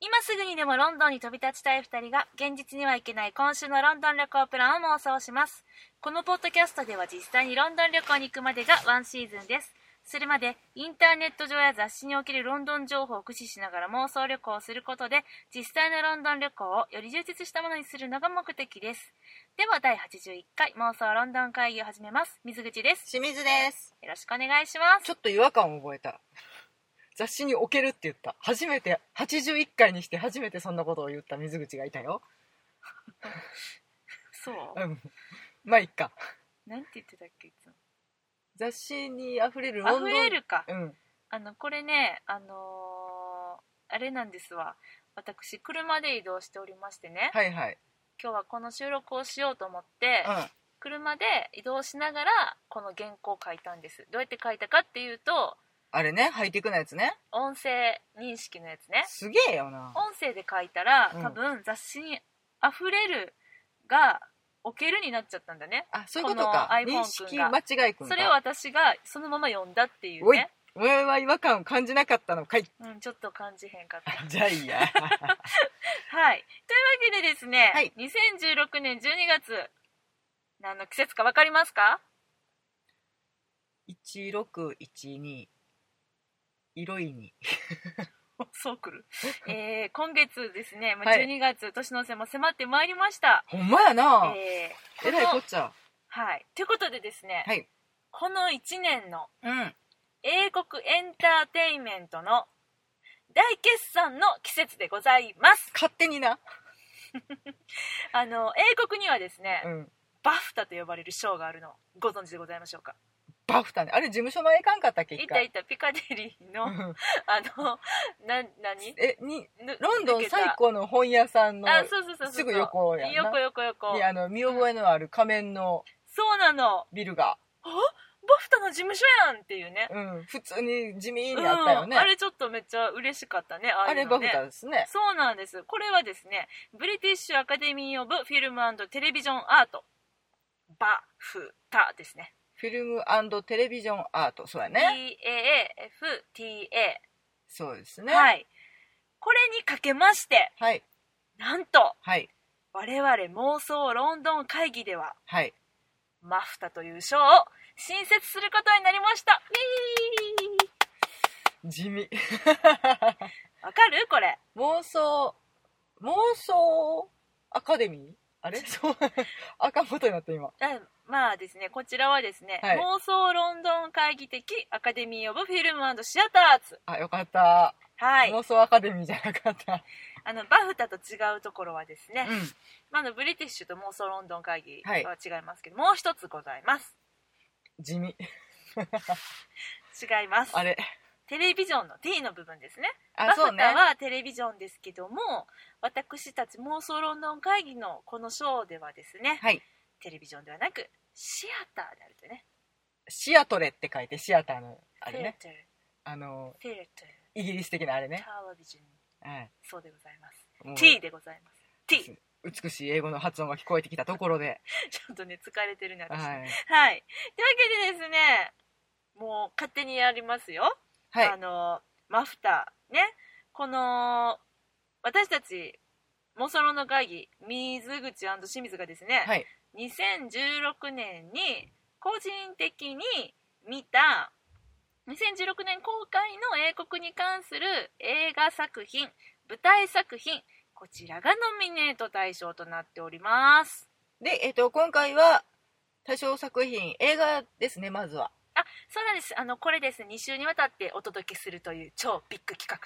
今すぐにでもロンドンに飛び立ちたい2人が現実には行けない今週のロンドン旅行プランを妄想しますこのポッドキャストでは実際にロンドン旅行に行くまでがワンシーズンですそれまでインターネット上や雑誌におけるロンドン情報を駆使しながら妄想旅行をすることで実際のロンドン旅行をより充実したものにするのが目的ですでは第81回妄想ロンドン会議を始めます水口です清水ですよろしくお願いしますちょっと違和感を覚えた雑誌に置けるって言った初めて81回にして初めてそんなことを言った水口がいたよそううんまあいっかなんて言ってたっけいつも雑誌にあふれるあロンドふンれるかうんあのこれねあのーあれなんですわ私車で移動しておりましてね、はいはい、今日はこの収録をしようと思って、うん、車で移動しながらこの原稿を書いたんですどうやって書いたかっていうとあれねハイテクなやつね音声認識のやつねすげえよな音声で書いたらうん多分雑誌に「溢れる」が「置ける」になっちゃったんだねあそういうことかこの iPhone 君が認識間違い君かそれを私がそのまま読んだっていうおいね、俺は違和感を感じなかったのかいうん、ちょっと感じへんかったじゃあいいや はい。というわけでですね、はい2016年12月、何の季節か分かります か1612いろいにそうくる。 えー、今月ですね、まあ、はい12月、年の瀬も迫ってまいりました。ほんまやな、えー、えらいここのっちゃはい。ということでですね、はいこの1年のうん英国エンターテインメントの大決算の季節でございます。勝手にな、あの、英国にはですね、うん、バフタと呼ばれる賞があるの、ご存知でございましょうか。バフタねあれ事務所のえかんかったっけい一た回いたピカデリーの、うんあの、な、なにえにぬロンド抜ンけた最高の本屋さんのあ、そうそうそうそう。すぐ横やんな横横横。にあの見覚えのある仮面のそうなの。ビルが、バフタの事務所やんっていうね。うん、普通に地味にあったよね、うんああれれちょっとめっちゃ嬉しかったね。ああいうのバフねタですねそうなんです。これはですね、ブリティッシュアカデミー・オブ・フィルムテレビジョン・アート。バフタですね。フィルムテレビジョンアートそうやね BAFTA。そうですねはいい。これにかけまして、はいなんと、はい我々妄想ロンドン会議では、はいマフタという賞を新設することになりましたウィー地味わかるこれ妄想妄想アカデミーあれそう 赤元になった今あまあですねこちらはですね、はい妄想ロンドン会議的アカデミー・オブ・フィルムシアターズあよかった、はい妄想アカデミーじゃなかったあのバフタと違うところはですね、うんまあ、あのブリティッシュと妄想ロンドン会議ははい違いますけど、もう一つございます地味 違いますあれテレビジョンの T の部分ですねあバフそうねタはテレビジョンですけども、私たち妄想ロンドン会議のこの賞ではですね、はいテレビジョンではなくシアターであるとねシアトレって書いてシアターのあれねテレあのテレテレイギリス的なあれテレね、テレビジョンはい、そうでございますもう T でございます T ち美しい英語の発音が聞こえてきたところで、ょっとね疲れてるね私はい、はいというわけでですねもう勝手にやりますよ、はいあのマフターねこの私たち妄想ロンドン会議水口清水がですね、はい2016年に個人的に見た2016年公開の英国に関する映画作品舞台作品こちらがノミネート対象となっておりますで、えっと今回は対象作品映画ですねまずはあそうなんですあのこれですね2週にわたってお届けするという超ビッグ企画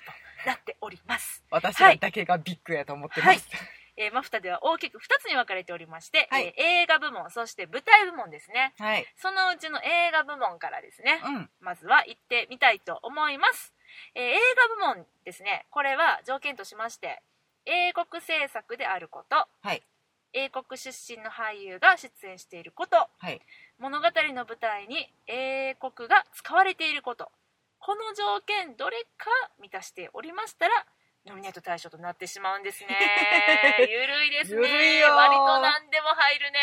となっております私らだけがビッグやと思ってます、はいえーマフタでは大きく2つに分かれておりまして、はいえー映画部門そして舞台部門ですねはい、そのうちの映画部門からですねうんまずは行ってみたいと思います、えー映画部門ですねこれは条件としまして英国制作であること、はい英国出身の俳優が出演していることはい物語の舞台に英国が使われていることこの条件どれか満たしておりましたらノミネート対象となってしまうん ですねゆるいですねゆるいよー割と何でも入るね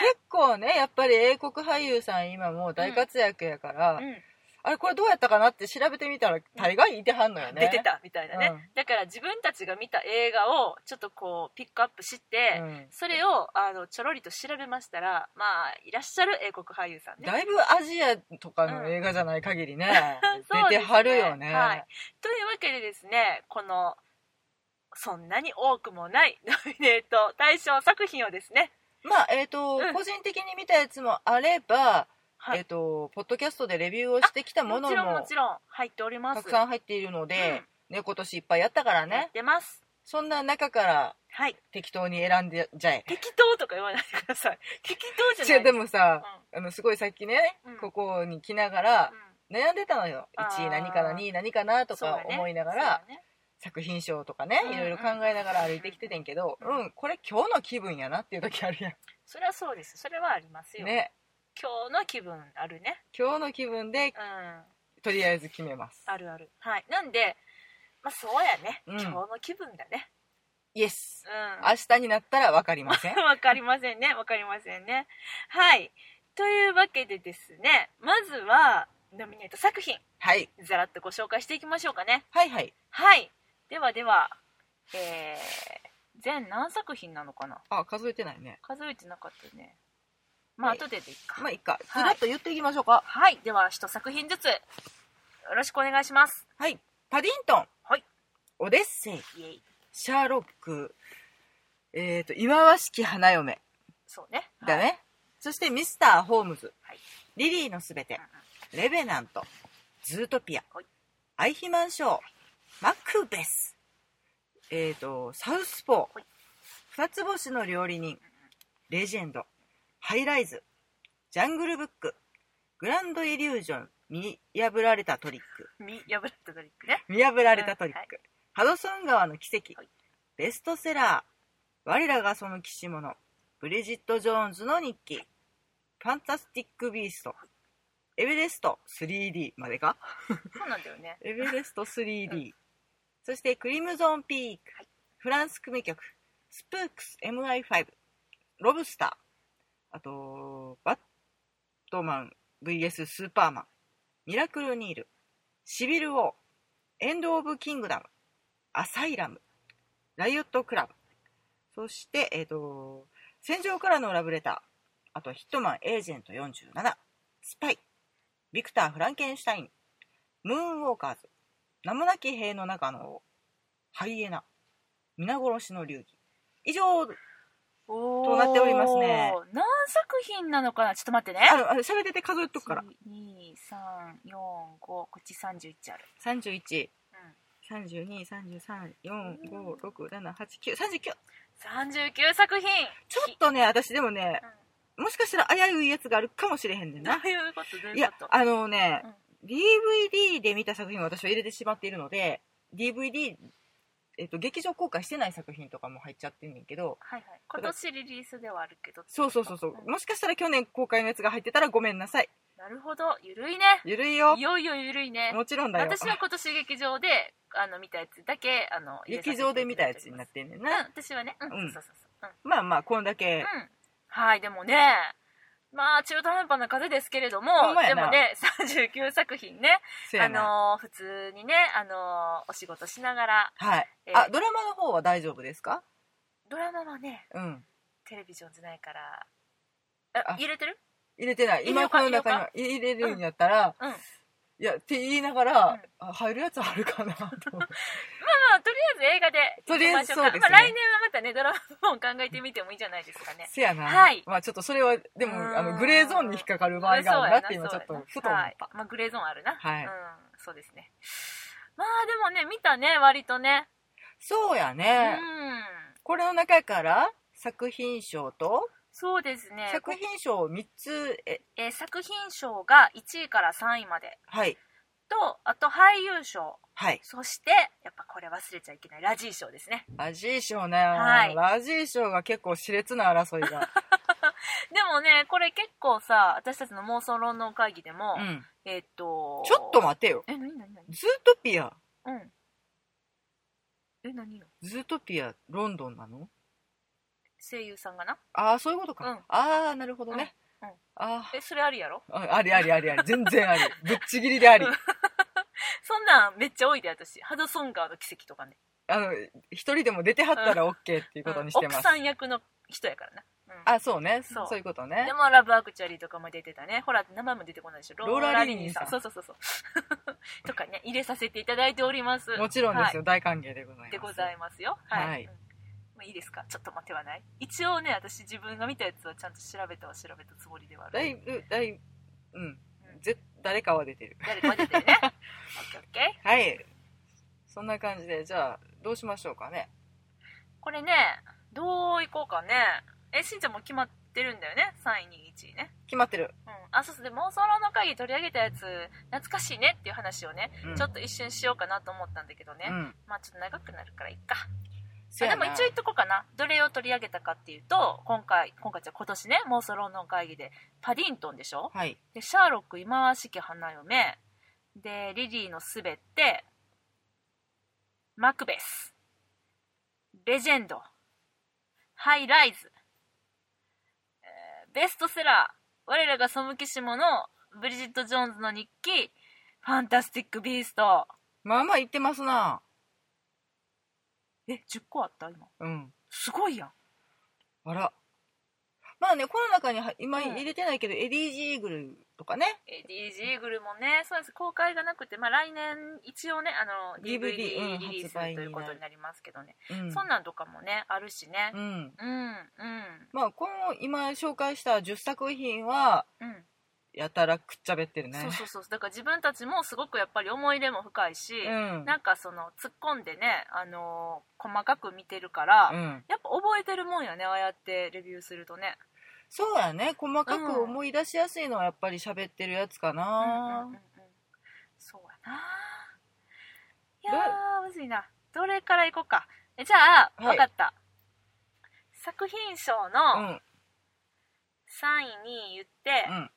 結構ねやっぱり英国俳優さん今もう大活躍やから、うんあれこれどうやったかなって調べてみたら大概いてはんのよね出てたみたいなね、うんだから自分たちが見た映画をちょっとこうピックアップして、うんそれをあのちょろりと調べましたらまあいらっしゃる英国俳優さんね。だいぶアジアとかの映画じゃない限りね、そう 出ですてはるよね、はい、というわけでですねこのそんなに多くもない ノミネート大賞作品をですね、まあえっ、と、うん個人的に見たやつもあれば、はいえっ、とポッドキャストでレビューをしてきたもものちろんももちろん入っておりますたくさん入っているので、ね今年いっぱいやったからやっねてますそんな中からはい適当に選んでじゃえ適当とか言わないでください 適当じゃな違ういですもさ、あのすごいさっきね、うんここに来ながら悩んでたのよあー1位何かな2位何かなとか思いながら、作品賞とかね、うんうんいろいろ考えながら歩いてきててんけど、うんうん、これ今日の気分やなっていう時あるやそれはそうですそれはありますんよ、ね今日の気分あるね今日の気分でうんとりあえず決めますあるあるはいなんでまあそうやね、うん今日の気分だねイエスうん明日になったら分かりま せんわかりませんね。わかりませんね。はい。というわけでですね、まずは、ノミネート作品、はいざらっとご紹介していきましょうかね。はいはいはい。ではでは、えー、全何作品なのかなあ数えてないね数えてなかったね。まあ、はい後ででいいか。まあいいかずはいらっと言っていきましょうかはい。では、一作品ずつ、よろしくお願いします。はい、パディントン、はい、オデッセイイエイ。シャーロックえっ、と忌まわしき花嫁そうね。だね、そしてミスター・ホームズ、はいリリーのすべてうんうん。レベナント、ズートピア、はいアイヒマンショー、マクベス、えーと、サウスポーはい、二つ星の料理人、レジェンド、ハイライズ、ジャングルブック、グランドイリュージョン、見破られたトリック、見破ったドリックね。見破られたトリック、はいハドソン川の奇跡、はいベストセラー、我らがその騎士者、ブリジット・ジョーンズの日記、ファンタスティック・ビースト、エベレスト 3D までかそうなんだよね。エベレスト 3D、うそしてクリムゾンピーク、はいフランス組曲スプークス MI5 ロブスターあとバットマン VS スーパーマンミラクルニールシビルウォーエンド・オブ・キングダムアサイラムライオット・クラブそして、えー、と戦場からのラブレターあとヒットマン・エージェント47スパイビクター・フランケンシュタインムーンウォーカーズ名もなき兵の中の王ハイエナ皆殺しの流儀以上となっておりますね。何作品なのかなちょっと待ってね。あるある喋ってて数えとくから二三四五こっち三十一ある。 31うん。 3 2 3 3 4 5 6 7 8 9 3 9三十九作品。ちょっとね私でもねうもしかしたら危ういやつがあるかもしれへんねんん。どなういうことどういいうやこと。あのね、DVD で見た作品を私は入れてしまっているので DVD、えっと劇場公開してない作品とかも入っちゃってんねんけどはいはい。今年リリースではあるけど。そうそうそうそうもしかしたら去年公開のやつが入ってたらごめんなさいなるほど。ゆるいね。ゆるいよいよいよゆるいね。もちろんだよ私は今年劇場であの見たやつだけあの入れさせ劇て場で見たやつになっいてんねんたな、だいてますうん。私はね。う。うんんそうそうそう。まあまあこんだけ、うん。うん。はいでもね。まあ中途半端な数ですけれどもほんま、やでなもね39作品ねそあやな、のー普通にね、あのーお仕事しながらはい、えあードラマの方は大丈夫ですかドラマはねうんテレビジョンじゃないからああ入れてる入れてない入れよ今うかこの中には入れるんやったら、うんうんいやって言いながら、あ入るやつあるかなと思っ てまあとりあえず映画でとりあえず行きましょそうですねまあ、来年はまたねドラマも考えてみてもいいんじゃないですかねせやな、はいまあちょっとそれはでもうーんあのグレーゾーンに引っかかる場合があるなって今ちそょうっやとなふと思った、はいまあ、グレーゾーンあるなはいうん、そうですねまあでもね見たね割とねそうやうね、んこれの中から作品賞とそうですね作品賞を3つええー作品賞が1位から3位まではいとあと俳優賞はいそしてやっぱこれ忘れちゃいけないラジー賞ですねラジー賞ね、はいラジー賞が結構熾烈な争い が、でもねこれ結構さ私たちの妄想論論会議でも、うん、えーっとちょっと待てよえ何何何ズートピアうんえ何よズートピアロンドンなの声優さんがなああそういうことか、うんああなるほどね、うんあえそれあるやろーあありありありあり全然あ りぶっちぎりでありうんそんなんめっちゃ多いで私ハドソン川の奇跡とかねあの一人でも出てはったら OK っていうことにしてうんます奥、さん役の人やからな、うんあそうねそそうういうことでねもラブアクチュアリーとかも出てたねほら名前も出てこないでしょローラリーニーさんそうそうそうそう とかね入れさせていただいておりますもちろんですはよ、大歓迎でございまいすでございますよはい、はいうんまあいいですかちょっと待ってはない一応ね私自分が見たやつをちゃんと調べたは調べたつもりではあだるいぶだいぶうんうんぜ誰かは出てる誰か出て るねオッケーオッケーはいそんな感じでじゃあどうしましょうかねこれねどういこうかねえしんちゃんも決まってるんだよね3位2位1位ね決まってる、うん、あそうそうで妄想論の会議取り上げたやつ懐かしいねっていう話をね、うんちょっと一瞬しようかなと思ったんだけどね、うんまあちょっと長くなるからいっかせあやでもな一応言っとこうかなどれを取り上げたかっていうと今回今回じゃ今年ね妄想論の会議でパディントンでしょはいでシャーロック忌まわしき花嫁でリリーのすべてマクベスレジェンドハイライズ、えーベストセラー我らが背きし者ブリジット・ジョーンズの日記ファンタスティック・ビーストまあまあ言ってますなえ10個あった今うんすごいやんあらまあねこの中には今うん入れてないけど、エディ・ジーグルとかねエディ・ジーグルもねそうです公開がなくて、まあ、来年一応ねあの DVD DVD うんリリース発と売にないうることになりますけどね、うんそんなんとかもねあるしねうんうんうんまあこの今紹介した10作品はうんやたらくっちゃべってるねそうそうそうだから自分たちもすごくやっぱり思い入れも深いし、うんなんかその突っ込んでね、あのー細かく見てるから、うん、やっぱ覚えてるもんやねああやってレビューするとねそうやね細かく思い出しやすいのはやっぱり喋ってるやつかな、うんうんうんうんそうやないやーむずいなどれからいこうかえじゃあ、はいわかった作品賞うんの3位に言って、うん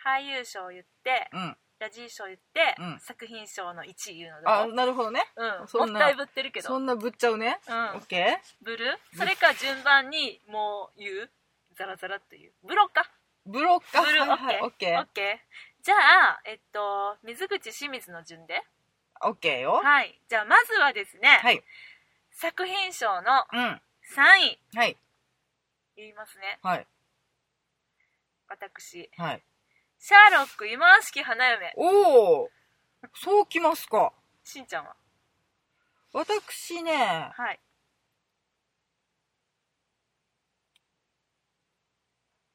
俳優賞言ってうんラジー賞言って、うん作品賞の1位言うのどうあなるほどねうそん、んもっなたいぶってるけどそんなぶっちゃうね、うオんッケブルそれか順番にもう言うザラザラっと言うブロかーブロッカーブルはいはいオオッッケーオッケーじゃあえっと水口清水の順でオッケーよはいじゃあまずはですね、はい作品賞のうん3位はい言いますねはい私はいシャーロック忌まわしき花嫁おおそうきますかしんちゃんは私ねはい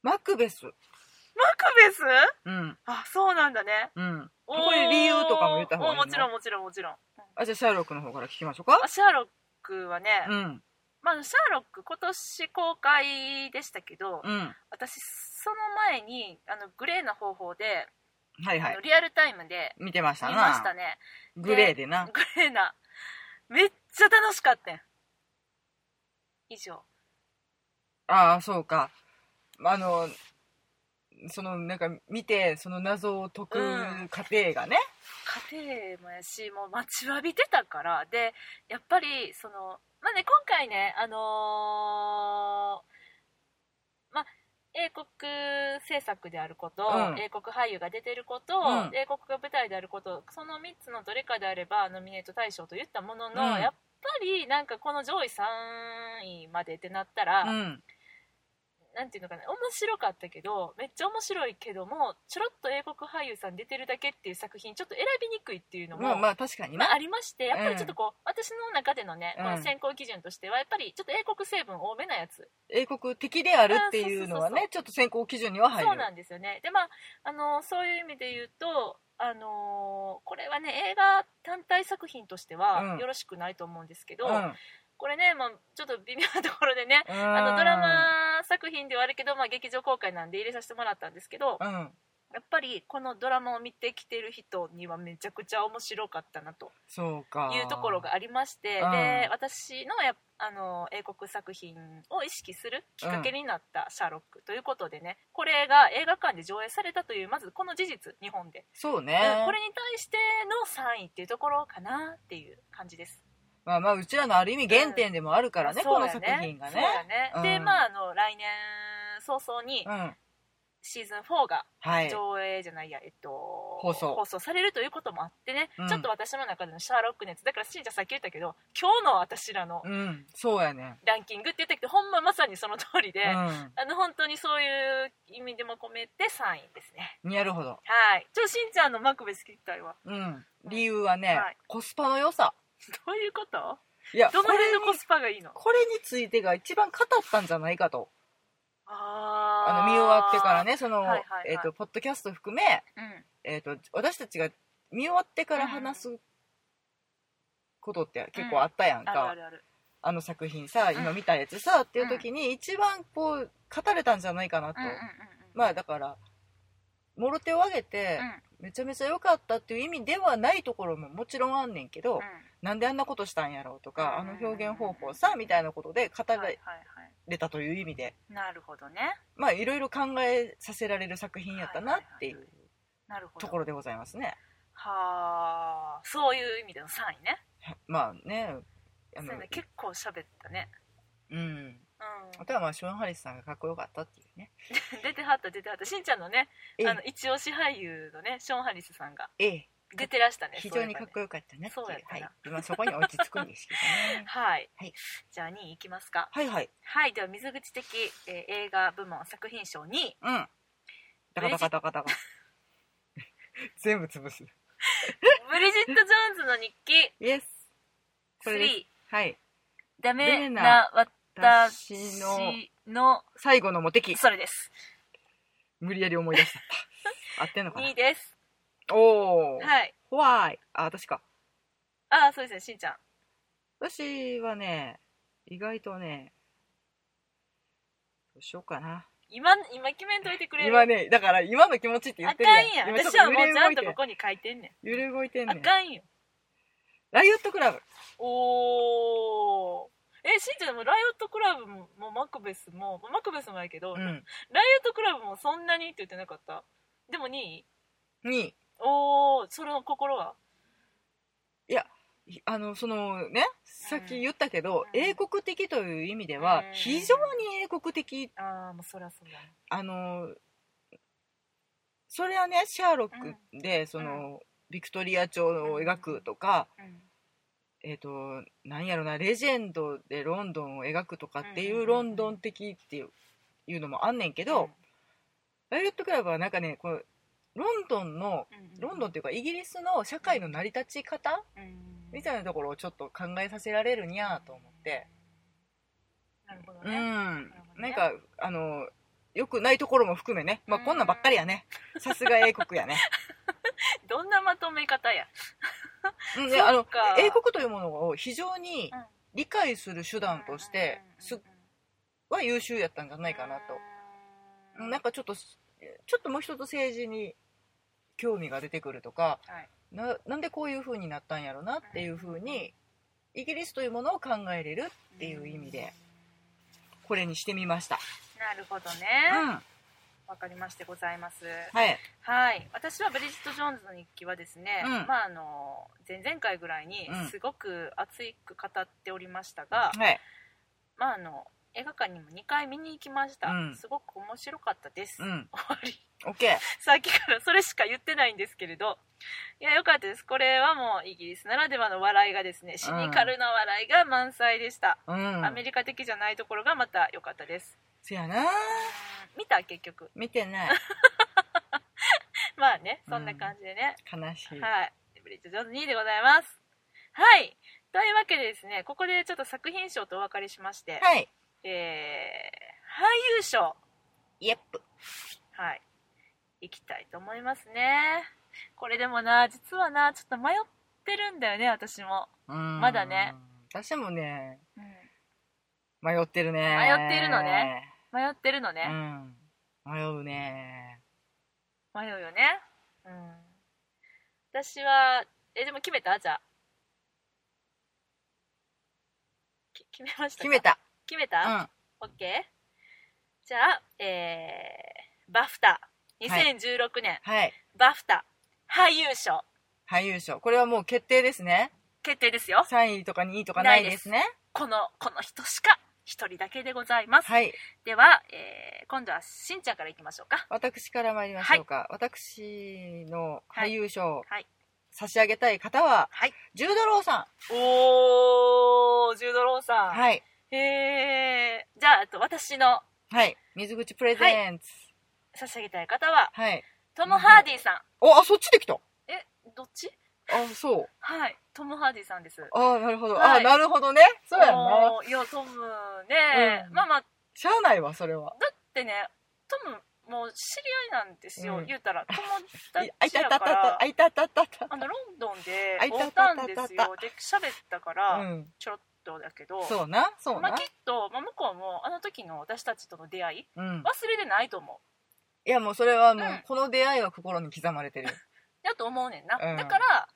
マクベスマクベスうんあそうなんだねうんおこれ理由とかも言った方がいいおのもちろんもちろんもちろんあじゃあシャーロックの方から聞きましょうかあシャーロックはね、うんまあ、シャーロック今年公開でしたけど、うん私その前にあのグレーな方法で、はいはあのいリアルタイムで見てました見なましたねグレーでなグレーなめっちゃ楽しかったん以上ああそうかあのそのなんか見てその謎を解うんく過程がね、家庭もやしもう待ちわびてたからでやっぱりそのまあね今回ねあのーまあ英国制作であること、うん英国俳優が出てること、うん英国が舞台であることその3つのどれかであればノミネート大賞と言ったものの、うんやっぱりなんかこの上位3位までってなったら、うんなんていうのかな面白かったけどめっちゃ面白いけどもちょろっと英国俳優さん出てるだけっていう作品ちょっと選びにくいっていうのも、まあまあ確かにまな、あ、ありましてやっぱりちょっとこう、私の中でのね、うんこの選考基準としてはやっぱりちょっと英国成分多めなやつ、英国的であるっていうのはあねちょっと選考基準には入るそうなんですよねでまあ、あのそういう意味で言うと、あのこれはね映画単体作品としてうはんよろしくないと思うんですけど、うんこれね、まあ、ちょっと微妙なところでね、ああのドラマ作品ではあるけど、まあ、劇場公開なんで入れさせてもらったんですけど、うんやっぱりこのドラマを見てきてる人にはめちゃくちゃ面白かったなとそうかいうところがありましてあーで私のやあの英国作品を意識するきっかけになった「シャーロック」ということでねこれが映画館で上映されたというまずこの事実日本で、そううんねこれに対しての3位っていうところかなっていう感じです。まあまあうちらのある意味原点でもあるからね、そうこのや作品がそうねやねうんでまああの来年早々にうんシーズン4がはい。上映じゃないや、えっと、放送されるということもあってね、うんちょっと私の中でのシャーロック熱だからしんちゃんさっき言ったけど今日の私らのうん、そうやね。ランキングって言ったけどほんままさにその通りで、うあの本当にそういう意味でも込めて3位ですねん。なるほど。はいちょしんちゃんのマクベス聞きたいわうん。理由はね、はいコスパの良さ。どういうこといや、こどの辺れのコに、スパがいいのこれについてが一番語ったんじゃないかと。ああーの、見終わってから、ね、その、はいはいはいえっ、と、ポッドキャスト含め、うん、えっ、と、私たちが見終わってから話すことって結構あったやんか。あるあるあるあの作品さ、うん今見たやつさ、っていう時に一番こう、語れたんじゃないかなと。うんうんうんまあだから、もろ手を挙げて、めちゃめちゃ良かったっていう意味ではないところももちろんあんねんけど、うんうんなんであんなことしたんやろうとか、うんあの表現方法さ、みたいなことで語はいはいれはいれたという意味で、なるほどねまあいろいろ考えさせられる作品やったなっていはうなるほどところでございますね。はあそういう意味での3位ねはまあね、あそうのやね結構喋ったねううん。あとはまあショーン・ハリスさんがかっこよかったっていうね。ん出てはった出てはったしんちゃんのねえあの一押し俳優のねショーン・ハリスさんがえ、ええ、出てらしたね非常にかっそういえばねこよかったなっていう。そうやったはいな。まあそこに落ち着くんですけどね。はい、はいじゃあ2位いきますか はいはい。はいでは水口的、えー映画部門作品賞2位うん。ダカダカダカダカ。 全部潰す。ブリジット・ジョーンズの日記イエス。これです3はい。ダメな私私のの最後のモテ期。それです無理やり思い出した。 合ってんのか2位なですおー。はいホワイ。あ、私か。ああそうですねしんちゃん私はね、意外とね、どうしようかな。今今決めんといてくれる今ね、だから今の気持ちって言あってかるんやん今私ちょはっもうちゃんとこ揺れ動いてこに書いてんねん揺れ動いてんねあん。かんよライオットクラブ。おーえしんちゃんでもライオットクラブももうマクベスもまあマクベスもやけど、うライオッん。トクラブもそんなにって言ってなかったでも2位に、おおそれの心はいあの、そのね、さっき言ったけど、うん英国的という意味ではうん、非常に英国的、ああもうそりゃそうだねあの、それはね、シャーロックで、その、ビクトリア朝を描くとか、えっ、と、なんやろな、レジェンドでロンドンを描くとかってうんうんいううんロンドン的っていう,、いうのもあんねんけど、ライオットクラブはなんかね、こう、ロンドンの、ロンドンっていうかイギリスの社会の成り立ち方、みたいななところをちょっと考えさせられるにゃーと思って、なるほどうね、んるほどねなんかあのよくないところも含めね、まあ、こんなんばっかりやねさすが英 国やね、どんなまとめ方やうそっん、でかあの英国というものを非常にうん理解する手段としてすは優秀やったんじゃないかなとなんかかちょっとちょっともう一つ政治に興味が出てくるとかはいななんでこういう風になったんやろなっていう風にイギリスというものを考えれるっていう意味でこれにしてみました、なるほどうねん、わ、かりましてございますはいはい、私はブリジット・ジョーンズの日記はですね、うんまあ、あの前々回ぐらいにうんすごく熱く語っておりましたが、はいまあ、あの映画館にも2回見に行きました、うんすごく面白かったです、う終んわり OK さっきからそれしか言ってないんですけれどいや良かったですこれはもうイギリスならではの笑いがですねシニカルな笑いが満載でした、うんアメリカ的じゃないところがまた良かったですせやな見た結局見てないまあねそんな感じでね、悲しい、はい。ブリッジジョーンズ2位でございます。はい。というわけでですね、ここでちょっと作品賞とお別れしまして、はいえー、俳優賞、イエップはい。いきたいと思いますね。これでもな、実はな、ちょっと迷ってるんだよね、私も。ままだね私もねうん、迷ってるね迷ってるのね迷ってるのうね。ん迷うね迷うよね。うん。私は、え、でも決めたじゃあ。き決めましたか決め。た決めたうんオッケーじゃあ、えー、バフタ2016年、はいバフタ俳優賞俳優賞これはもう決定ですね決定ですよ3位とか2位とかないですねこのこの人しか一人だけでございます。はい。では、えー今度はしんちゃんからいきましょうか。私から参りましょうか。私の俳優賞、はい差し上げたい方は、はいジュードローさおー、ジュードローさん。ん。はい。へー。じゃあ、あと私のはい。水口プレゼンツ。差し上げたい方は、はい。トム・ハーディさん。お、あ、そっちで来た。え、どっちあ、そう。はい、トム・ハーディさんです。あなるほど。はあ、いなるほどね。そうやんな。おーいや、トムね、うんまあまあ、だしゃあないわ、それは。ってね、トム、もう知り合いなんですよ、うん言うたら。友 いあ達いたやいたかいたらあ。いたいたいたいた。あのロンドンであい会たっいたたんいたいでたすよで喋ったから、うん。ちょろっとだけどそうな、そうまあ、なき。っと、まあ、向こうもあの時の私たちとの出会いうん。忘れてないと思いや、もうそれはもうんう、この出会いは心に刻まれてる。うだと思うねんな、うんだから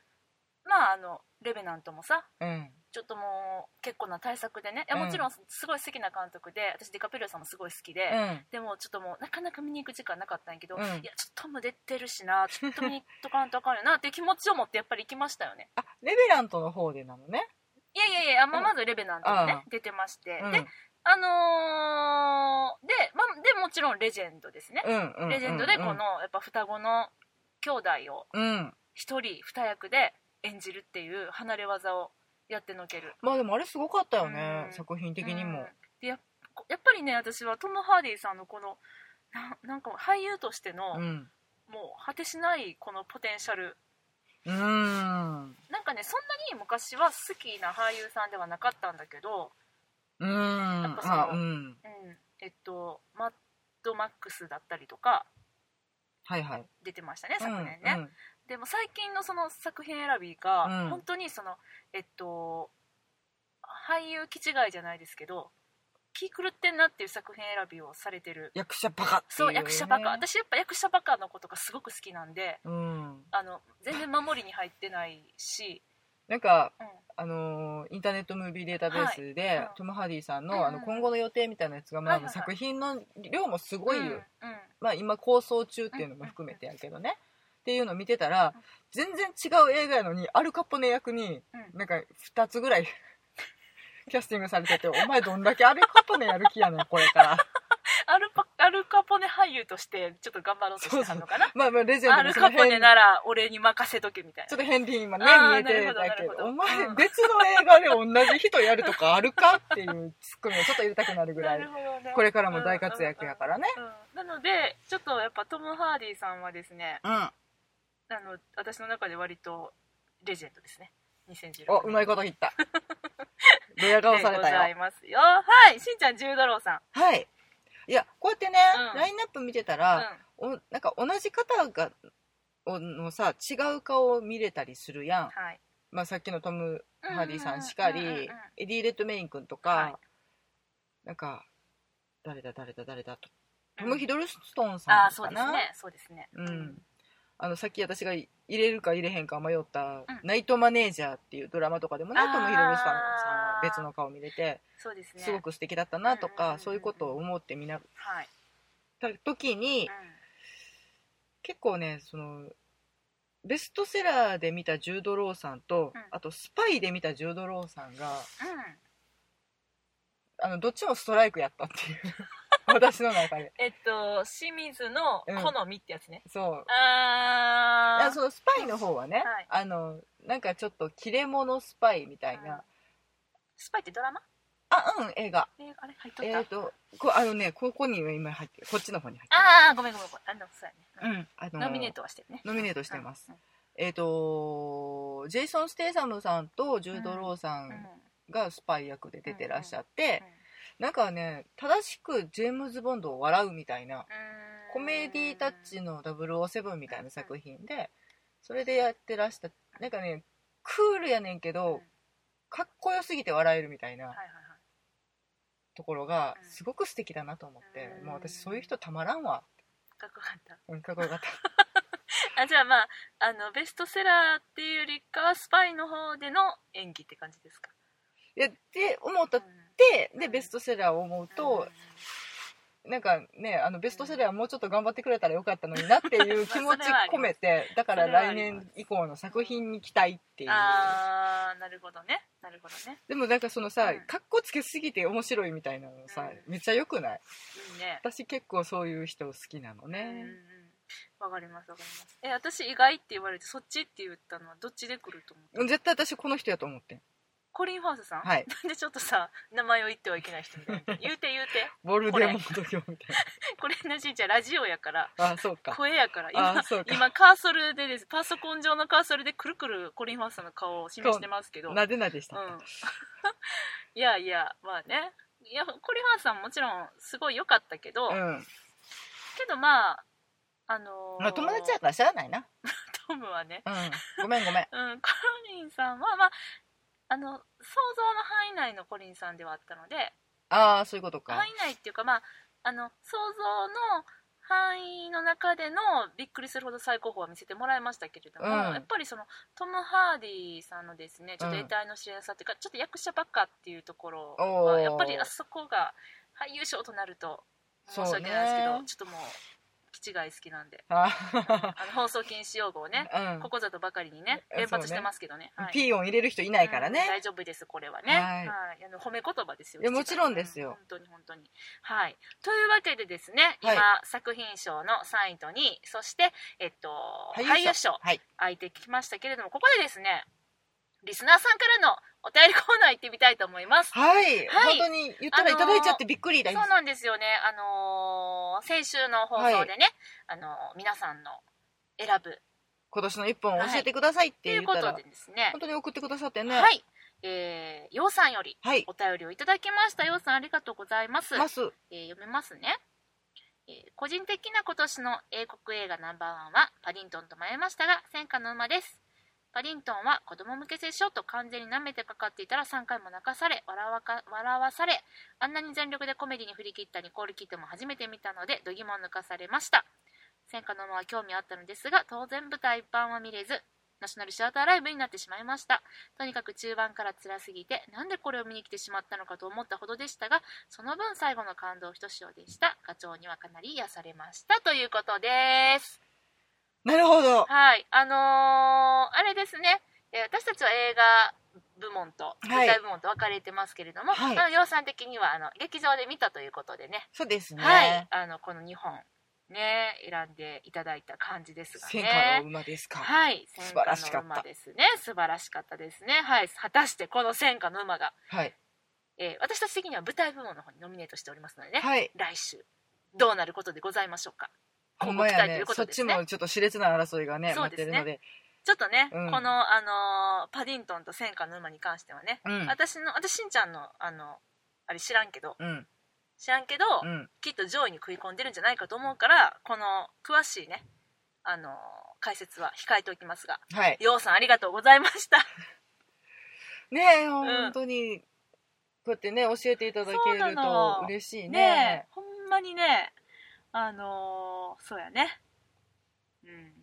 まああのレベナントもさうん。ちょっともう結構な対策でねいやうんもちろんすごい好きな監督で私ディカペリオさんもすごい好きで、うん。でもちょっともうなかなか見に行く時間なかったんやけど、うんいやちょっとトム出てるし なちょっと見に行っとかんとあかんよなっていう気持ちを持ってやっぱり行きましたよねあ、レベラントの方でなのね。いやいやいや、まあ、うんまずレベナントもねああ出てまして、うん。であのーで、まあ、でもちろんレジェンドですね、うんうん。レジェンドでこのやうんっぱ双子の兄弟をうん。一人二役で演じるっていう離れ技をやってのけるまあでもあれすごかったよねう、ん作品的にうんも。でやっやっぱりね私はトム・ハーディさんのこのななんか俳優としての、うん。もう果てしないこのポテンシャルうーん。なんかねそんなに昔は好きな俳優さんではなかったんだけど、うーん。やっぱそのあ、うん。うん、えっとマッドマックスだったりとかはいはい。出てましたね昨年ね、うんうんでも最近のその作品選びが、うん本当にそのえっと俳優気違いじゃないですけど気狂ってんなっていう作品選びをされてる役者バカっていそう役者バカね私やっぱ役者バカのことがすごく好きなんでうん。あの全然守りに入ってないし、なんか、うんあのーインターネットムービーデータベースで、はいうんトム・ハーディさんの,、うんうんあの今後の予定みたいなやつが、まあはいはいはい作品の量もすごいよ、うんうんまあ、今構想中っていうのも含めてやけどね、っていうのを見てたらうん全然違う映画やのにアルカポネ役にうんなんか2つぐらい キャスティングされてて「お前どんだけアルカポネやる気やねんこれから」 アルパアルカポネ俳優としてちょっと頑張ろうとしてたのかなまあまあレジェンアドルもそカのポ辺ネなら俺に任せとけみたいちょなっと片鱗今ねあー見えてたけどなるほどおなる前ほど別の映画で同じ人やるとかあるかっていうツッコミをちょっと入れたくなるぐらないるほどねこれからも大活躍やからねうんなのでちょっとやっぱトム・ハーディさんはですねうんああの私の中で割とレジェンドですね2016年うまいこと言ったドヤ顔されでたございよますよはいしんちゃん十太郎さんはいいやこうやってね、うんラインナップ見てたうんら、おなんか同じ方がおのさ違う顔を見れたりするやん、はいまあ、さっきのトム・ハーディさんしかり、うんうんうんうんエディ・レッドメイン君とか、はいなんか誰だ誰だ誰だと、うんトム・ヒドルストンあさあんそうかですなねそうですねうん、あのさっき私が入れるか入れへんか迷ったうん「ナイトマネージャー」っていうドラマとかでもね、あートム・ヒドルストンさんは別の顔見れてそうですねすごく素敵だったなとうんうんうんか、うんそういうことを思ってみなはいた時に、結構ねそのベストセラーで見たジュード・ローさんと、うんあとスパイで見たジュード・ローさんうがんうんあのどっちもストライクやったっていう 私の中でえっと清水の好みってやつねそういあやあそのスパイの方はね、はいあのなんかちょっと切れ者スパイみたいな、うんスパイってドラマあうん映画えーあれ入っとっえたー、とこあのねここに今入ってるこっちの方に入っああごめんごめんごめんあのそうやてるね、うんあうのん、ノミネートはしてるねノミネートしてます、うんえっ、とジェイソン・ステイサムさんとジュード・ローさうんんがスパイ役で出てらっしゃって、うんなんかね正しくジェームズ・ボンドを笑うみたいなコメディタッチの007みたいな作品でそれでやってらしたなんかねクールやねんけうんどかっこよすぎて笑えるみたいはないはいところがうんすごく素敵だなと思ってうんもう私そういう人たまらんわはいかっこよかっうんかっこよかったあじゃあまああのベストセラーっていうよりかはスパイの方での演技って感じですかたいやって思ったっうんてでベストセラーを思うとうなんかねあのベストセラーはもうちょっと頑張ってくれたらよかったのになっていう気まあ 持ちそれはあります込めてだからそれはあ来ります年以降の作品に期待っていうあーなるほどねなるほどねでもなんかそのさうんかっこつけすぎて面白いみたいなのさうめっちゃよくないいいね私結構そういう人好きなのうんうねんわかりますわかりますえ私意外って言われてそっちって言ったのはどっちで来ると思う絶対私この人やと思ってんコリン・ファースさん、はいなんでちょっとさ名前を言ってはいけない人みたいな言うて言うてボルデモート教みたいこれなしんちゃんラジオやからなあそうか声やからあ今そうか今カーソルでですパソコン上のカーソルでくるくるコリン・ファースさんの顔を示してますけどなでなでした、うん、 いやいやまあねいやコリン・ファースさんもちろんすごい良かったけど、うんけどまああのーまあ友達やからしゃあないな、トムはね、うん、ごめんごめんうん、コリンさんはまああの想像の範囲内のコリンさんではあったのでああそういうことか、範囲内っていうかまああの想像の範囲の中でのびっくりするほど最高峰は見せてもらいましたけれども、うんやっぱりそのトム・ハーディさんのですねちょっとうん得体の知れなさっていうか、ちょっと役者ばっかっていうところおはーやっぱりあそこが俳優賞となるとそ申うねし訳ないですけど、ちょっともう気違い好きなんでああの放送禁止用語をねーうんここぞとばかりにねうん連そうね発してますけどねはいピー音入れる人いないからねうん、大丈夫ですこれはね、ははいいあの褒め言葉ですよいやもちろんです本よ当に本当にはいというわけでですね今、はい作品賞の3位と2位そしてえっと俳俳優賞優賞はい空いてきましたけれどもここでですねリスナーさんからのお便りコーナー行ってみたいと思いますはい、はい本当に言ったらいただいちゃってびっくりだ、そうなんですよねあのー先週の放送でね、あのー皆さんの選ぶっ今年の一本教えてくださいっててい言うっこたら、とでですね本当に送ってくださってねは、いえー、ようさんよりはいお便りをいただきました。ようさんありがとうございます。ますえー読めますね、えー個人的な今年の英国映画ナンバーワンはパディントンと迷いましたが戦火の馬ですパディントンは子供向け接種と完全に舐めてかかっていたら3回も泣かされ笑わか笑わされあんなに全力でコメディに振り切ったニコール・キッドも初めて見たので度肝を抜かされました戦火の馬は興味あったのですが当然舞台版は見れずナショナルシアターライブになってしまいましたとにかく中盤から辛すぎてなんでこれを見に来てしまったのかと思ったほどでしたがその分最後の感動ひとしおでした課長にはかなり癒されましたということですなるほどはいあのーあれですねえー私たちは映画部門と舞はい台部門と分かれてますけれども、はいあの洋さん的にはあの劇場で見たということでねそうですね、はいあのこの2本ね選んでいただいた感じですがね戦火の馬ですか、はい、素晴らし戦か火ったの馬ですね素晴らしかったですねはい果たしてこの戦火の馬が、はいえー私たち的には舞台部門の方にノミネートしておりますのでね、はい来週どうなることでございましょうかほ今ん後ま期や待といねうこそとっですちねもちょっと熾烈な争いがねそう待っですてねるのでちょっとね、うんこの、あのーパディントンと戦火の馬に関してはね、うん私の私しんちゃんのあのあれ知らんけどうん知らんけど、うんきっと上位に食い込んでるんじゃないかと思うからこの詳しいね、あのー解説は控えておきますがはいようさんありがとうございましたねえ本当に、こうやってね教えていただけそうるなとの嬉しいねねえほんまにねあのーそうやねうん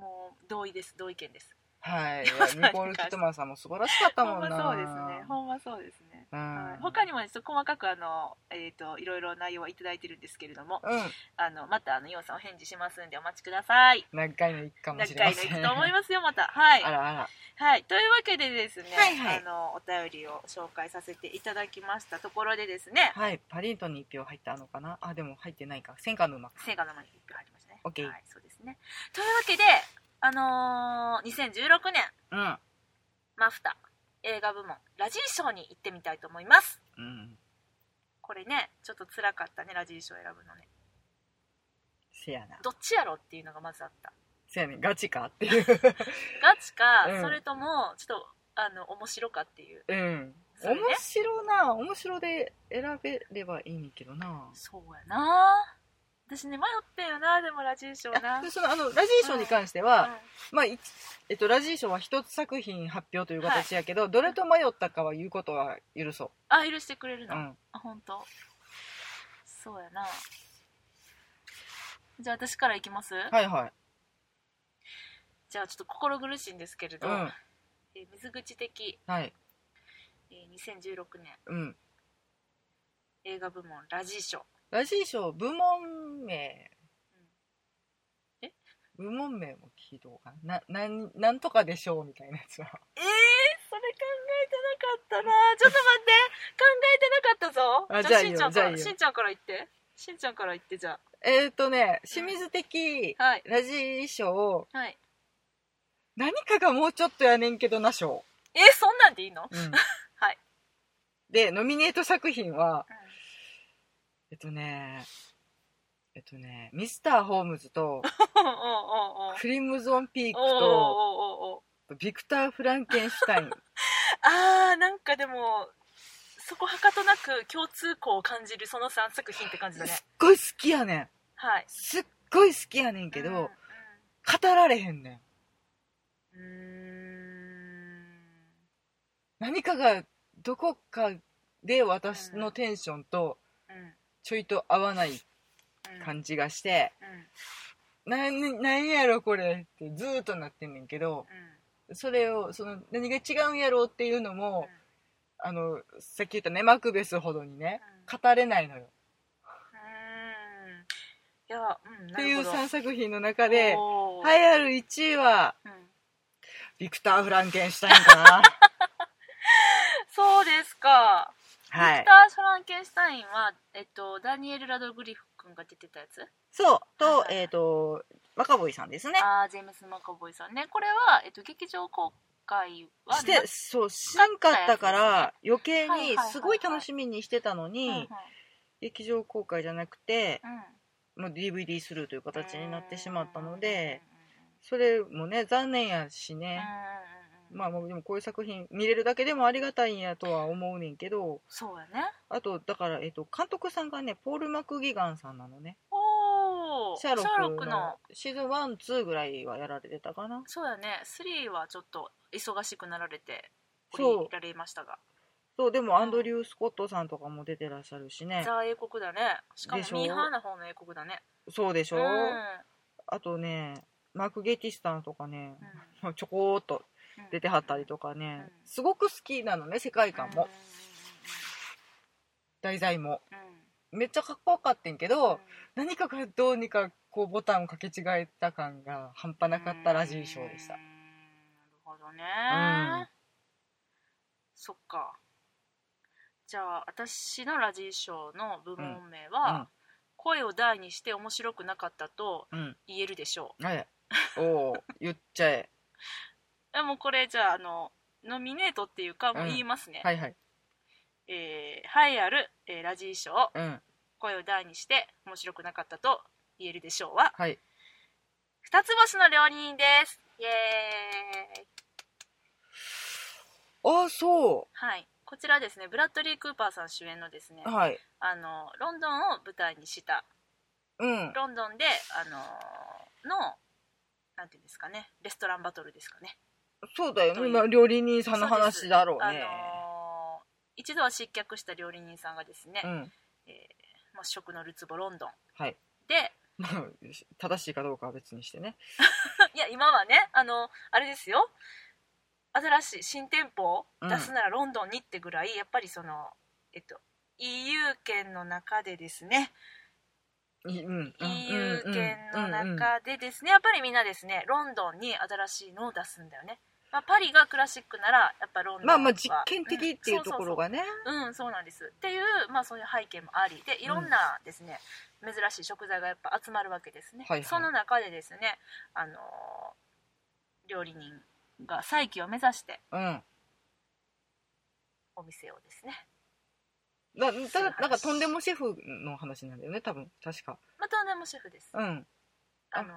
もう同意です同意見です はいいそうそうやニコール・キットマンさんも素晴らしかったほもんまんなそうですねほんまそうですねうん、はい、他にもねちょっと細かくあの、えー、といろいろ内容はいただいてるんですけれどもうんあのまたあのヨウさんお返事しますんでお待ちください何回の行くかも何しれま回のせ行んくと思いますよまたはい、あらあらはい、というわけでですね、はいはいあのお便りを紹介させていただきましたところでですねはいパリントンに1票入ったのかなあでも入ってないか戦火の馬成果の前に1票入りましたね OK はい、そうですねというわけであのー2016年うんマフタ映画部門ラジー賞に行ってみたいと思いますうんこれねちょっと辛かったねラジー賞選ぶのねせやなどっちやろっていうのがまずあったせやねガチかっていう ガチか、うんそれともちょっとあの面白かっていううんそれ面ね白な面白で選べればいいねんけどなそうやな私ね迷ってんよなでもラジー賞 な、でそのあのラジーショーに関しては、まあいえっと、ラジーショーは一つ作品発表という形やけど、どれと迷ったかは言うことは許そあ許してくれるう、うの、ん、あ本当そうやなじゃあ私からいきます、はいはいじゃあちょっと心苦しいんですけれど、うんえー水口的、はいえー2016年うん映画部門ラジー賞ラジー賞部門名え部門名も聞いとこうかなななんなんとかでしょうみたいなやつはえー、それ考えてなかったなちょっと待って考えてなかあったぞじゃあじゃあいいしんよちゃんからじゃあいいよしんちゃんから言ってしんちゃんから言ってじゃ えっとね清水的あはいラジー賞はい何かがもうちょっとやねんけどな賞、えそんなんでいいの うんはいでノミネート作品はえっとねえっとねミスター・ホームズ とおうおうおうおうクリムゾン・ピークおうおうとおうおうビクター・フランケンシュ タインあーなんかでもそこはかとなく共通項を感じるその3作品って感じだねすっごい好きやねんはいすっごい好きやねんけど、うんうん語られへんねんうーん何かがどこかで私のテンションとうんちょいと合わないうん感じがして、うんなん、なんやろこれってずーっとなってんねんけどうんそれをその何が違うんやろうっていうのもうん、あのさっき言ったねマクベスほどにねうん語れないのようーんいや、うん、っていうなる3作品の中ほどでおー栄えある1位はうんビクター・フランケンシュタイン かなそうですか。はビいクター・フランケンシュタインは、えっと、ダニエル・ラドグリフ君が出てたやつ、そうとはいはいはいえっ、とマカボイさんですねああ、ジェームス・マカボイさんね。これは、えっと、劇場公開はしてなそうしんかったから余は計いはいにはいはいすごい楽しみにしてたうんのうんに劇場公開じゃなくてうんもう DVD するという形になってしまったのでそれもね残念やしうんうんねうんうんうんうんうんうんまあもうでもこういう作品見れるだけでもありがたいんやとは思うねんけどそうやね。あとだから、えっと監督さんがねポール・マクギガンさんなのねおーシャーロックのの。シーズン12ぐらいはやられてたかなそうやね。3はちょっと忙しくなられて、そう降りられましたが。そうでもアンドリュー・スコットさんとかも出てらっしゃるしねザ・英国だね。しかもでしょミーハーな方の英国だね。そうでしょ、うんあとねマーク・ゲティスさんとかね、うちょこーっとん出てはったりとかね、うんすごく好きなのね世界観も、題材もうんうんうんめっちゃかっこよかってんけうど、ん何かがどうにかこうボタンをかけ違えた感が半端なかったラジーショーでしたうーんなるほどね、うんそっかじゃあ私のラジーショーの部門名は、うんうん声を大にして面白くなかったとうん言えるでしょはいおお言っちゃ えうでもこれじゃああのノミネートっていうかもう言いますね、はいはいえー栄えある、えーラジーショーうん声を大にして面白くなかったと言えるでしょうははい二つ星の料理人ですイエーイああそはい、こちらですねブラッドリー・クーパーさん主演のですねうはいあのロンドンを舞台にしたうんロンドンであののなんていうんですかねレストランバトルですかねそうだよという今料理人さんの話だろうあねの一度は失脚した料理人さんがですね、うんえーまあ、食のるつぼロンドンはいで まあ正しいかどうかは別にしてねいや今はねあのあれですよ新しい新店舗を出すならロンドンにってぐらい、やっぱりそのえっと EU 圏の中でですねいうんうんうん EU うん圏のうん中でですねやっぱりみんなですねロンドンに新しいのを出すんだよね、まあ、パリがクラシックならやっぱロンドンまはあまあ実験的っていうところががねうんそうそうそううんそうなんですっていうまあそういう背景もありでいろんなですね、珍しい食材がやっぱ集まるわけですね、はいはいその中でですねあのー料理人が再起を目指してうんお店をですねだただなんかとんでもシェフの話なんだよね多分確かまあとんでもシェフですうんあの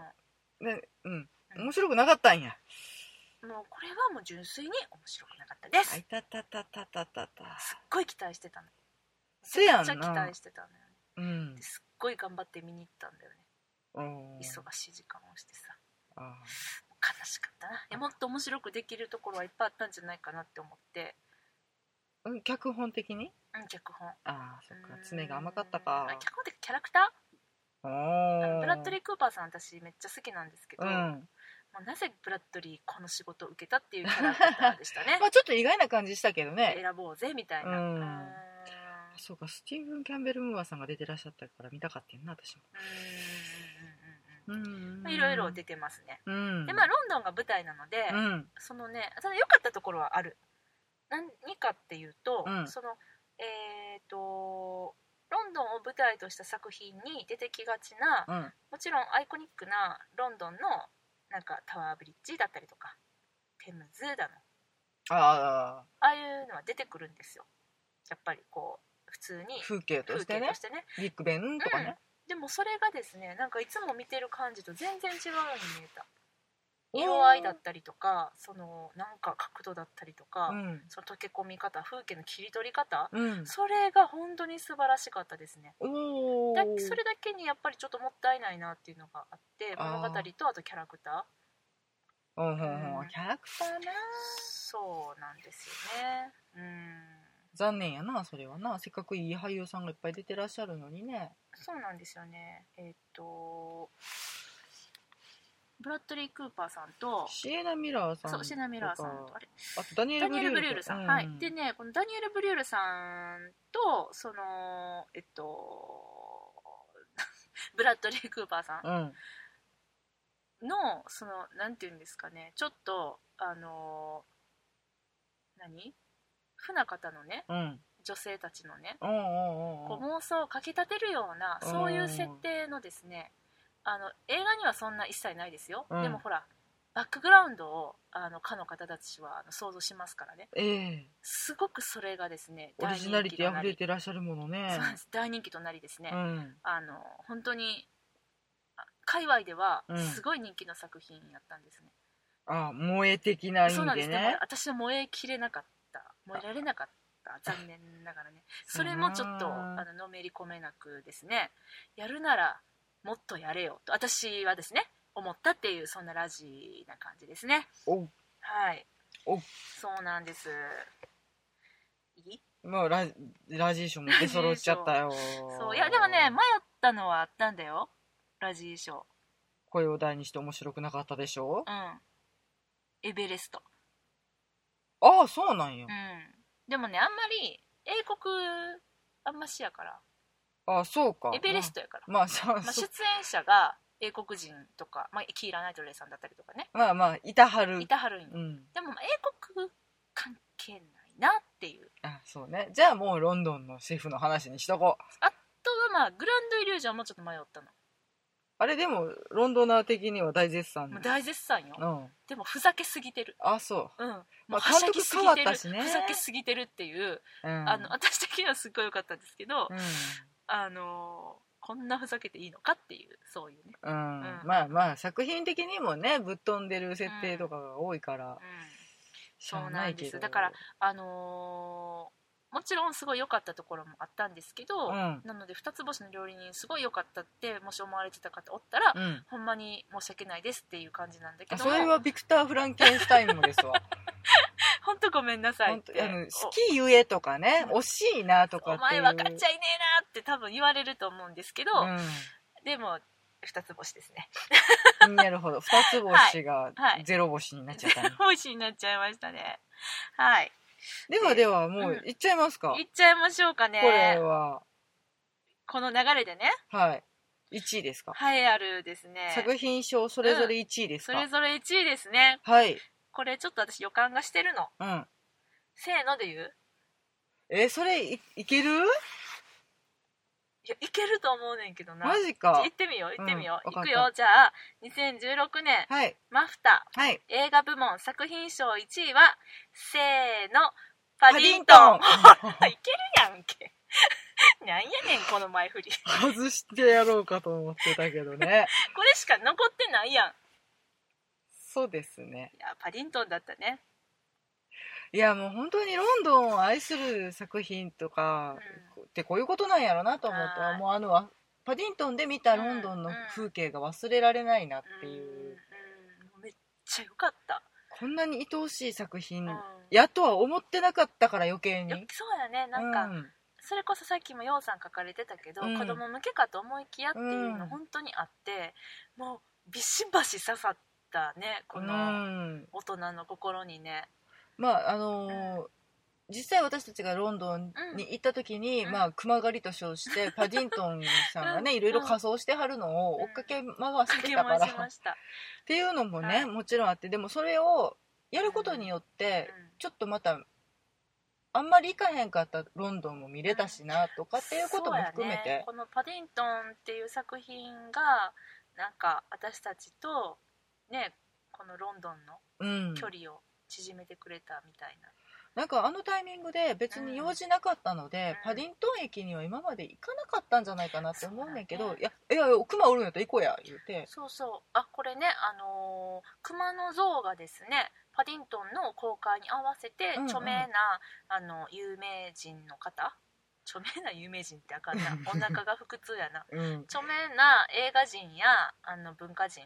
ねうんうん面白くなかったんやもうこれはもう純粋に面白くなかったです、あいたたたたたたたすっごい期待してたのせやめっちゃん期な待してたのよねうんですっごい頑張って見に行ったんだよね、うん忙しい時間をしてさあ悲しかったないやもっと面白くできるところはいっぱいあったんじゃないかなって思って、ーうん脚本的にうん、脚本ああそっかうん爪が甘かったあか脚本ってキャラクタおーあのーブラッドリー・クーパーさん私めっちゃ好きなんですけど、うんまあなぜブラッドリーこの仕事を受けたっていう キャラクターでしたねまあちょっと意外な感じしたけどね選ぼうぜみたいなうんうーんそうかスティーブン・キャンベル・ムーアさんが出てらっしゃったから見たかったよな私もうんうんうんうんいろいろ出てますね、うんでまあロンドンが舞台なので、うんそのねただ良かったところはある何かっていうと、うんそのえっ、とロンドンを舞台とした作品に出てきがちな、うんもちろんアイコニックなロンドンのなんかタワーブリッジだったりとかテムズだのああああいうのは出てくるんですよやっぱりこう普通に風景と風して景ねとしてねビッグベンとかね、でもそれがですねなんかいつも見てる感じと全然違うように見えたおー色合いだったりとかそのなんか角度だったりとか、うんその溶け込み方風景の切り取り方うん、それが本当に素晴らしかったですねおおだそれだけにやっぱりちょっともったいないなっていうのがあってあー物語とあとキャラクターうんうんうんキャラクターなそうなんですよねうん残念やなそれはなせっかくいい俳優さんがいっぱい出てらっしゃるのにねそうなんですよねえっとブラッドリー・クーパーさんとシエナ・ミラーさんそうシナ・ミラーさんととかあれあとダニエダル・ニブエリュル・ブーリュールさん、はいでねねこのダニエル・ブリュールさんとそのえっと ブラッドリー・クーパーさんうんのそのなんていうんですかねちょっとあのー何不仲方のねうん女性たちのねおうおうおこうう妄想をかきたてるようなうんそういう設定のですねあの映画にはそんな一切ないですよ、うんでもほらバックグラウンドをあのかの方たちはあの想像しますからねええすごくそれがですねオリジナリティ溢れててらっしゃるものね大人気となりですね、うんあの本当にあ界隈ではうんすごい人気の作品やったんですね、あ萌え的な意そうなん味ですでねね私は燃えきれなかった燃えられなかった残念ながらねそれもちょっとうーんあののめり込めなくですねやるならもっとやれよと私はですね思ったっていうそんなラジな感じですねおはいおそうなんですいいまあラジラジーションも出揃っちゃったよ そういやでもね迷ったのはあったんだよラジ衣装声を大にして面白くなかったでしょうんエベレストああそうなんやうんでもねあんまり英国あんましやからああそうかエベレストやからまあまあまあ、そ出う演者が英国人とか、まあ、キーラ・ナイトレイさんだったりとかねまあまあいたはいるたはるんようんでもまあ英国関係ないなっていうあそうねじゃあもうロンドンのシェフの話にしとこうとはまあグランドイリュージョンもちょっと迷ったのあれでもロンドナー的には大絶賛もう大絶賛ようんでもふざけすぎてるあそうん、もうまあはしゃぎすぎ監て督変る、わったしねふざけすぎてるっていう、う、うん、あの私的にはすっごい良かったんですけど、うんあのーこんなふざけていいのかっていうそういうね、うんうんまあまあ作品的にもねぶっ飛んでる設定とかが多いから、うん、しゃあいそけどうなんですだからあのーもちろんすごい良かったところもあったんですけど、うんなので二つ星の料理人すごい良かったってもし思われてた方おったら、うんほんまに申し訳ないですっていう感じなんだけあどそもれはビクター・フランケンスタインもです わ本当ごめんなさいっ本て当あの好きゆえとかね惜しいなとおかおって前いう分かっちゃいねえなって多分言われると思うんですけど、うでも二つ星ですねん、なるほど二つ星がはいゼロ星になっちゃった ね、星になっちゃいましたねはいではではもううんいっちゃいますか、いっちゃいましょうかねこれはこの流れでねはい1位ですか、栄えあるですね作品賞それぞれ1位ですそか、れぞれ1位ですねはい、これちょっと私予感がしてるのうん、せーので言うえそれいいけるいやいけると思うねんけどなマジか行ってみよう行ってみよう、うん行わかっくたよじゃあ2016年はいマフタはい映画部門作品賞1位はせーのパディントンパディント ンいけるやんけ なんやねんこの前振り 外してやろうかと思ってたけどねこれしか残ってないやんそうですねいやパディントンだったねいやもう本当にロンドンを愛する作品とかってこういうことなんやろなと思って、はいもうあのわパディントンで見たロンドンの風景が忘れられないなっうんていう、うんめっちゃ良かった、こんなに愛おしい作品、うんやとは思ってなかったから余計によそうやねなんか、うんそれこそさっきもようさん書かれてたけど、うん子供向けかと思いきやっていううのん本当にあって、もうビシバシ刺さったねこうのん大人の心にねまああのー実際私たちがロンドンに行った時に、うんまあ、熊狩りと称してパディントンさんがねいろいろ仮装してはるのうんを追っかけ回してたから、回しっました。ていうのもね、はいもちろんあってでもそれをやることによってうんちょっとまたあんまり行かへんかったロンドンも見れたしなとかっていうことも含めそうやねて、この「パディントン」っていう作品がなんか私たちとねこのロンドンのうん、距離を縮めてくれたみたいな、なんかあのタイミングで別に用事なかったので、うんパディントン駅には今まで行かなかったんじゃないかなって思うんだけど、そうだねいやいやいやクマおるんやったら行こうや言うてそうそうあこれねあのー熊の像がですねパディントンの公開に合わせてうんうん著名な、あの有名人の方著名な有名人ってあ かんなお腹が腹痛やなうん、著名な映画人やあの文化人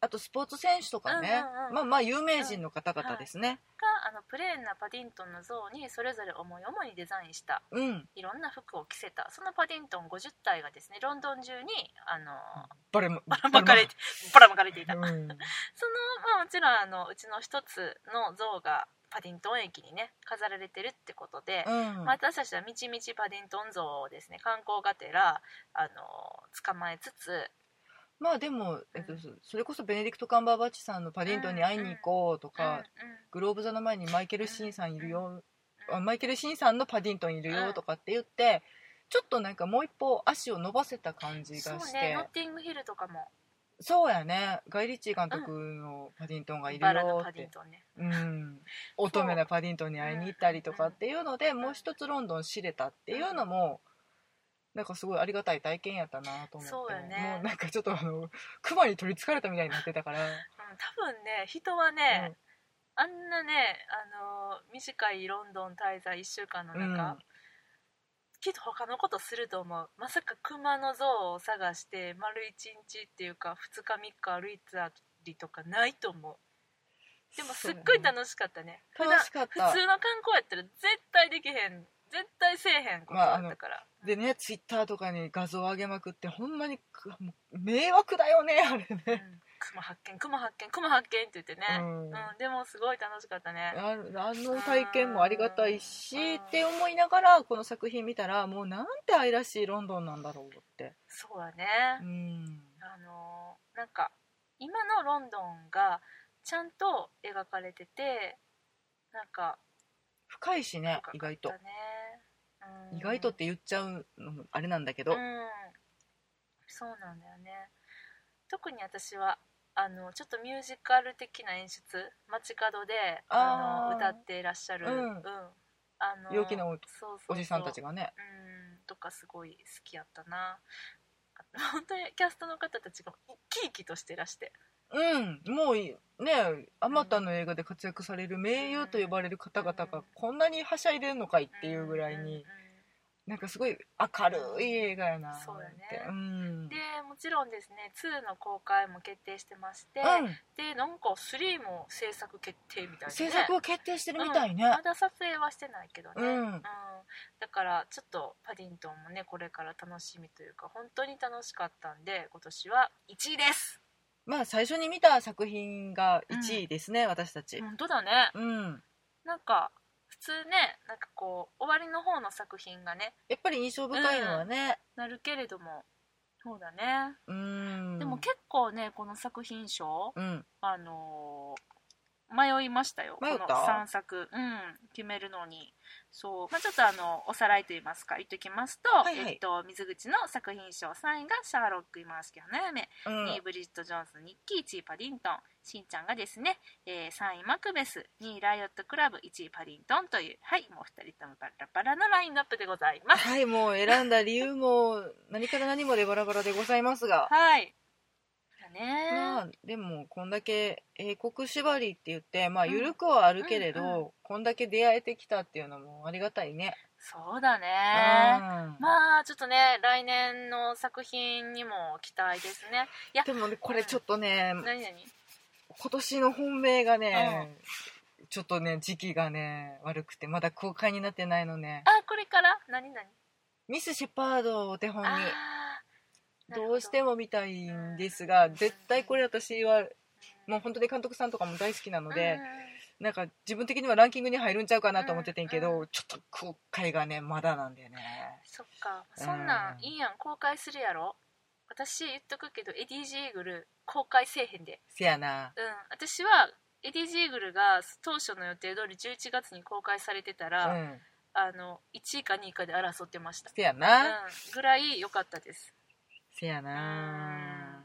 あとスポーツ選手とかね、うんうんうんまあまあ有名人の方々ですね。があのプレーンなパディントンの像にそれぞれ思い思いにデザインしたうん、いろんな服を着せたそのパディントン50体がですねロンドン中にあのバ レまばらまかれてばらまかれていたバそレの、まうんまあ、もちろんあのうちの一つの像がパディントン駅にね飾られてるってことで、うんまあ、私たちはみちみちパディントン像をですね観光がてらあの捕まえつつまあでも、えっと、それこそベネディクト・カンバーバッチさんのパディントンに会いに行こうとうんうか、んグローブ座の前にマイケル・シンさんいるよ、うんあマイケル・シンさんのパディントンいるうよんとかって言ってちょっとなんかもう一歩足を伸ばせた感じそうがしてそう,、ねノッティングヒルとかもやねガイ・リッチー監督のパディントンがいるバラのよパっディンて、トンねうん、乙女なパディントンに会いに行ったりとかっていうのでもう一つロンドン知れたっていうのもなんかすごいありがたい体験やったなと思ってそうやねもうなんかちょっとあのクマに取りつかれたみたいになってたから、うん多分ね人はね、あんなね、あのー短いロンドン滞在1週間の中、うんきっと他のことすると思うまさか熊の像を探して丸1日っていうか2日3日歩いたりとかないと思うでもすっごい楽しかったねそう普やね段楽しかった普通の観光やったら絶対できへん絶対せえへんことまあだあっのたから、でねツイッターとかに画像を上げまくってほんまにくもう迷惑だよねあれね、うん熊発見熊発見熊発見って言ってね、ううんんあでもすごい楽しかったねあの体験もありがたいしうんって思いながらこの作品見たらもうなんて愛らしいロンドンなんだろうってそうだねうんあのーなんか今のロンドンがちゃんと描かれててなんか深いしね深かったねうん意外と意外とって言っちゃうのもあれなんだけうどんそうなんだよね特に私はあのちょっとミュージカル的な演出街角でああーの歌っていらっしゃる、うんあの陽気なおそうそうそうおじさんたちがねうんとかすごい好きやったな本当にキャストの方たちが生き生きとしてらしてうんもういねあまたの映画で活躍される名優と呼ばれる方々うがんこんなにはしゃいでんのかいっていうぐらいうんうんうんになんかすごい明るい映画やなそうやねってうんでもちろんですね2の公開も決定してまして、うでなんか3も制作決定みたいん、な、ね、制作を決定してるみたいね、うんまだ撮影はしてないけどね、うんだからちょっとパディントンもねこれから楽しみというか本当に楽しかったんで今年は1位ですまあ最初に見た作品が1位ですね、私たち本当だねうんなんか普通ねなんかこう終わりの方の作品がねやっぱり印象深いのはねなるけれどもそうだね、うん、でも結構ねこの作品賞うんあのー迷いましたよ迷ったこの3作、うん、決めるのにそう、まあ、ちょっとあのおさらいといいますか言っときますと,、はいはいえっと水口の作品賞3位が「シャーロック・イマースキ花嫁」うん2位ブリジット・ジョーンズ日記1位パディントンしんちゃんがですね、えー3位マクベス2位ライオット・クラブ1位パディントンというはいもう2人ともバラバラのラインナップでございます はいもう選んだ理由も何から何までバラバラでございますがはいだねまあでもこんだけ英国縛りって言ってまあ緩くはあるけれど、うんうんこんだけ出会えてきたっていうのもありがたいね、そうだねうんまあちょっとね来年の作品にも期待ですねいやでもねこれちょっとね、何々今年の本命がね、ちょっとね時期がね悪くてまだ公開になってないのねあこれから何々ミス・シェパードをお手本にあーなるほどうしても見たいんですが絶対これ私はもう本当に監督さんとかも大好きなのうんで、うんうんなんか自分的にはランキングに入るんちゃうかなと思っててんけど、うんちょっと今回がねまだなんだよねそっかそんなうんんいいやん公開するやろ私言っとくけどエディ・ジーグル公開せえへんでせやなうん私はエディ・ジーグルが当初の予定通り11月に公開されてたうら、んあの1位か2位かで争ってました、せやうんな、、ぐらい良かったですせやな、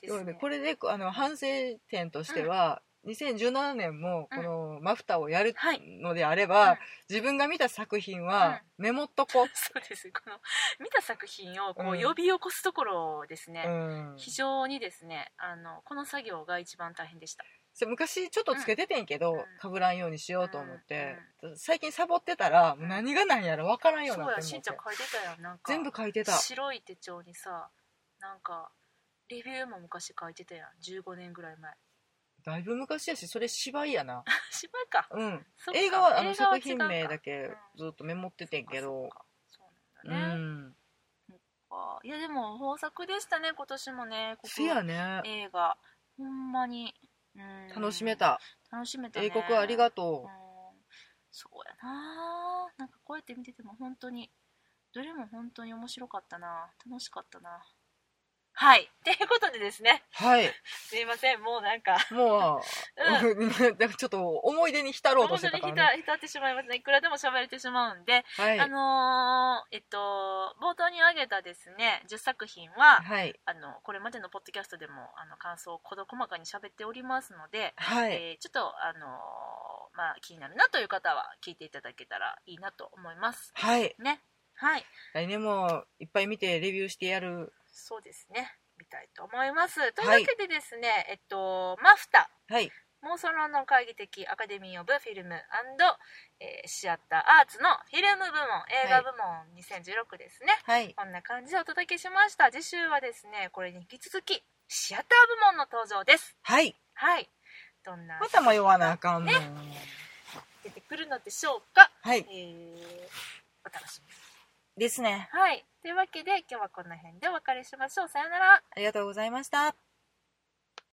でですもねねこれであの反省点としては、2017年もこのマフタをやるはいのであれば、うん自分が見た作品はメモっとこ そうですこの見た作品をこうんう呼び起こすところですねう、、うん非常にですねあのこの作業が一番大変でしたそれ昔ちょっとつけててんけど、うんかぶらんようにしようと思って、最近サボってたらもう何が何やら分からんようそになうっやてしもんうちゃん書いてたやんなんか全部書いてた白い手帳にさなんかレビューも昔書いてたやん15年ぐらい前 だいぶ昔やしそれ芝居やな芝居かうんそっか映画はあの映画作違う品か名だけうんずっとメモっててんけどそううなんだね、んあいやでも豊作でしたね今年もねここせやね映画ほんまに、うん楽しめた楽しめたね英国ありがとうんそうやななんかこうやって見てても本当にどれも本当に面白かったな楽しかったなはい ということでですねうはいすいませんもうなんか もう、なん かちょっと思い出に浸ろうと本し当てに浸たからね。浸ってしまいますねいくらでも喋れてしまうんで、はいあ。のーえっと冒頭に挙げたですね10作品は、はい。あのこれまでのポッドキャストでもあの感想を事細かに喋っておりますので、はい。えーちょっと、あのーまあ、気になるなという方は聞いていただけたらいいなと思いますはい。ねはい来年もいっぱい見てレビューしてやる。そうですね見たいと思いますというわけでですね、えっとマフタはい。妄想論の会議的アカデミー・オブ・フィルム、えーシアター・アーツのフィルム部門映画部門2016ですね、はい。こんな感じでお届けしました次週はですねこれに引き続きシアター部門の登場ですはい。はいどんなまた迷わなあかんの。出てくるのでしょうかはい。えーお楽しみにですね。はいというわけで今日はこの辺でお別れしましょうさようならありがとうございました。